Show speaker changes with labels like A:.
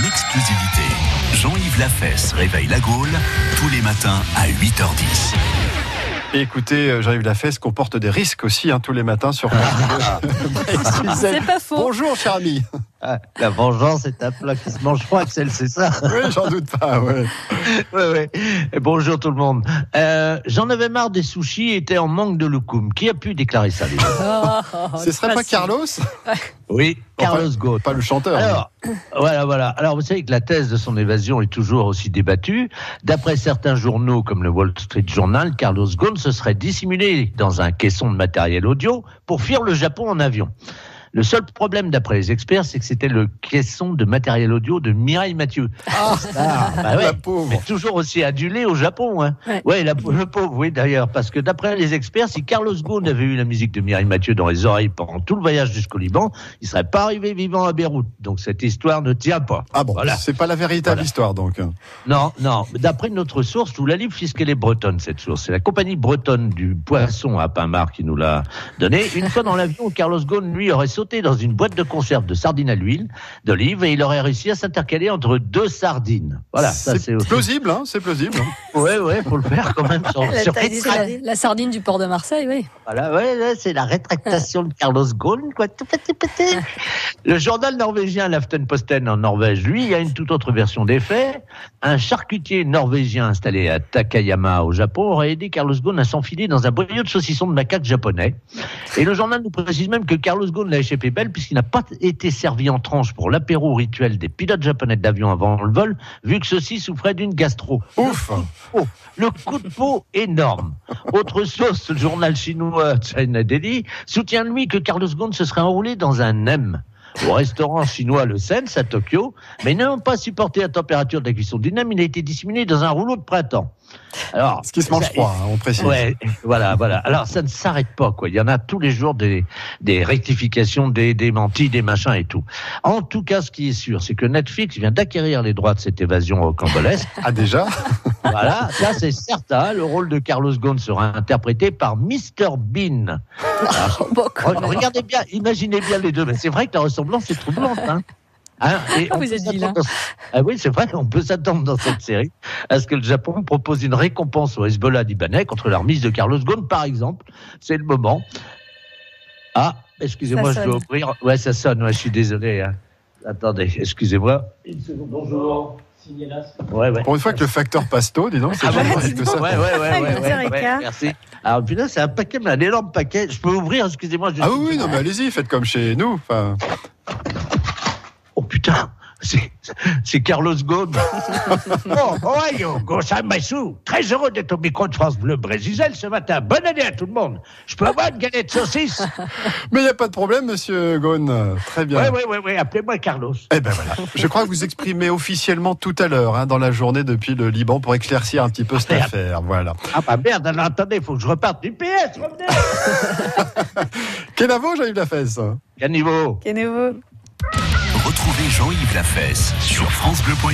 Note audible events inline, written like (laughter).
A: exclusivité. Jean-Yves Lafesse réveille la Gaule tous les matins à 8h10.
B: Et écoutez, euh, Jean-Yves Lafesse comporte des risques aussi hein, tous les matins
C: (laughs)
B: sur
D: C'est pas faux.
B: Bonjour, cher ami.
C: Ah, (laughs) La vengeance est un plat qui se mange froid, Axel, c'est ça
B: Oui, j'en doute pas. ouais.
C: (laughs) Ouais, Ah, ouais. Et Bonjour tout le monde. Euh, J'en avais marre des sushis et était en manque de loukoum. Qui a pu déclarer ça déjà
B: Ce
D: Oh
B: serait pas Carlos
C: Oui, Carlos Ghosn.
B: Pas le chanteur.
C: Alors, (coughs) voilà, voilà. Alors, vous savez que la thèse de son évasion est toujours aussi débattue. D'après certains journaux, comme le Wall Street Journal, Carlos Ghosn se serait dissimulé dans un caisson de matériel audio pour fuir le Japon en avion. Le seul problème, d'après les experts, c'est que c'était le caisson de matériel audio de Mireille Mathieu.
B: Ah,
C: Ah, bah ouais.
B: la pauvre.
C: Mais toujours aussi adulé au Japon. Hein.
D: Ouais.
C: Ouais, la, le pauvre, oui, d'ailleurs. Parce que d'après les experts, si Carlos Ghosn avait eu la musique de Mireille Mathieu dans les oreilles pendant tout le voyage jusqu'au Liban, il serait pas arrivé vivant à Beyrouth. Donc cette histoire ne tient pas.
B: Ah bon,
C: Voilà.
B: c'est pas la véritable
C: Voilà.
B: histoire donc.
C: Non, non. D'après notre source, nous la livre puisqu'elle est bretonne, cette source. C'est la compagnie bretonne du poisson à Pinmar qui nous l'a donnée. Une fois dans l'avion, Carlos Ghosn, lui, aurait sauté dans une boîte de conserve de sardines à l'huile d'olive et il aurait réussi à s'intercaler entre deux sardines. Voilà, ça c'est
B: c'est plausible, hein, c'est plausible.
C: (laughs)
B: hein.
C: Ouais, ouais, faut le faire quand même.
D: (laughs)
C: Sur,
D: La,
C: sur-
D: taille des sardines. La sardine du port de Marseille, oui.
C: Voilà, ouais, ouais, c'est la rétractation de Carlos Ghosn, quoi, tout petit petit. Le journal norvégien Laftenposten en Norvège, lui, il y a une toute autre version des faits. Un charcutier norvégien installé à Takayama au Japon aurait aidé Carlos Ghosn à s'enfiler dans un boyau de saucisson de macaque japonais. Et le journal nous précise même que Carlos Ghosn l'a échappé belle puisqu'il n'a pas été servi en tranche pour l'apéro rituel des pilotes japonais d'avion avant le vol, vu que ceux-ci souffraient d'une gastro.
B: Ouf.
C: Oh, le coup de peau énorme. Autre source, le journal chinois China Daily soutient lui que Carlos Ghosn se serait enroulé dans un nem au restaurant chinois Le Sens à Tokyo, mais n'ayant pas supporté la température de la cuisson du nem, il a été dissimulé dans un rouleau de printemps. Alors,
B: Ce qui se mange
C: ça-
B: froid, hein, on précise.
C: Ouais, voilà, voilà. Alors ça ne s'arrête pas, quoi. Il y en a tous les jours des, des rectifications, des démentis, des machins et tout. En tout cas, ce qui est sûr, c'est que Netflix vient d'acquérir les droits de cette évasion rocambolesque.
B: Ah déjà
C: Voilà, ça c'est certain. Le rôle de Carlos Ghosn sera interprété par Mr Bean.
D: Ah, Bon,
B: Oh,
D: quand même.
C: Regardez bien, imaginez bien les deux. Mais c'est vrai que la ressemblance est troublante. Hein. Hein, et on
D: Vous
C: peut
D: êtes
C: s'attendre
D: vilain.
C: dans- Ah oui, c'est vrai, on peut s'attendre dans cette série à ce que le Japon propose une récompense au Hezbollah libanais contre la remise de Carlos Ghosn, par exemple. C'est le moment. Ah, excusez-moi,
D: Ça
C: je dois
D: sonne.
C: ouvrir. Ouais, ça sonne, ouais, je suis désolé. hein. Attendez, excusez-moi.
E: Bonjour, Signelas.
C: Ouais, ouais.
B: Pour une fois que le facteur pasto, dis donc, c'est
C: Ah bah,
B: jamais
C: dis
B: arrivé que ça.
C: Ouais, ouais, ouais,
D: Une
C: ouais,
D: heure
C: ouais,
D: et
C: ouais,
D: quart.
C: merci. Alors, putain, c'est un paquet, mais un énorme paquet. Je peux ouvrir, excusez-moi. je
B: Ah
C: suis-
B: oui, oui, non mais allez-y, faites comme chez nous. Enfin,
C: Oh putain, c'est c'est Carlos
B: (laughs)
C: Ghosn. oh, Ohio, Massou. Très heureux d'être au micro de France Bleu Brésisel ce matin. Bonne année à tout le monde. Je peux avoir une
B: (laughs)
C: galette saucisse
B: mais il n'y a pas de problème, monsieur Ghosn. Très bien.
C: Ouais, ouais, ouais, ouais. Appelez-moi Carlos.
B: Eh ben voilà. Je crois que vous exprimez officiellement tout à l'heure hein, dans la journée depuis le Liban pour éclaircir un petit peu cette
C: merde.
B: affaire. Voilà.
C: Ah bah merde, alors attendez, il faut que je reparte du PS. Revenez.
B: Quel aveu, Jean-Yves Lafesse
C: Caniveau.
D: Kennevo.
A: Retrouvez Jean-Yves Lafesse sur FranceBleu.fr.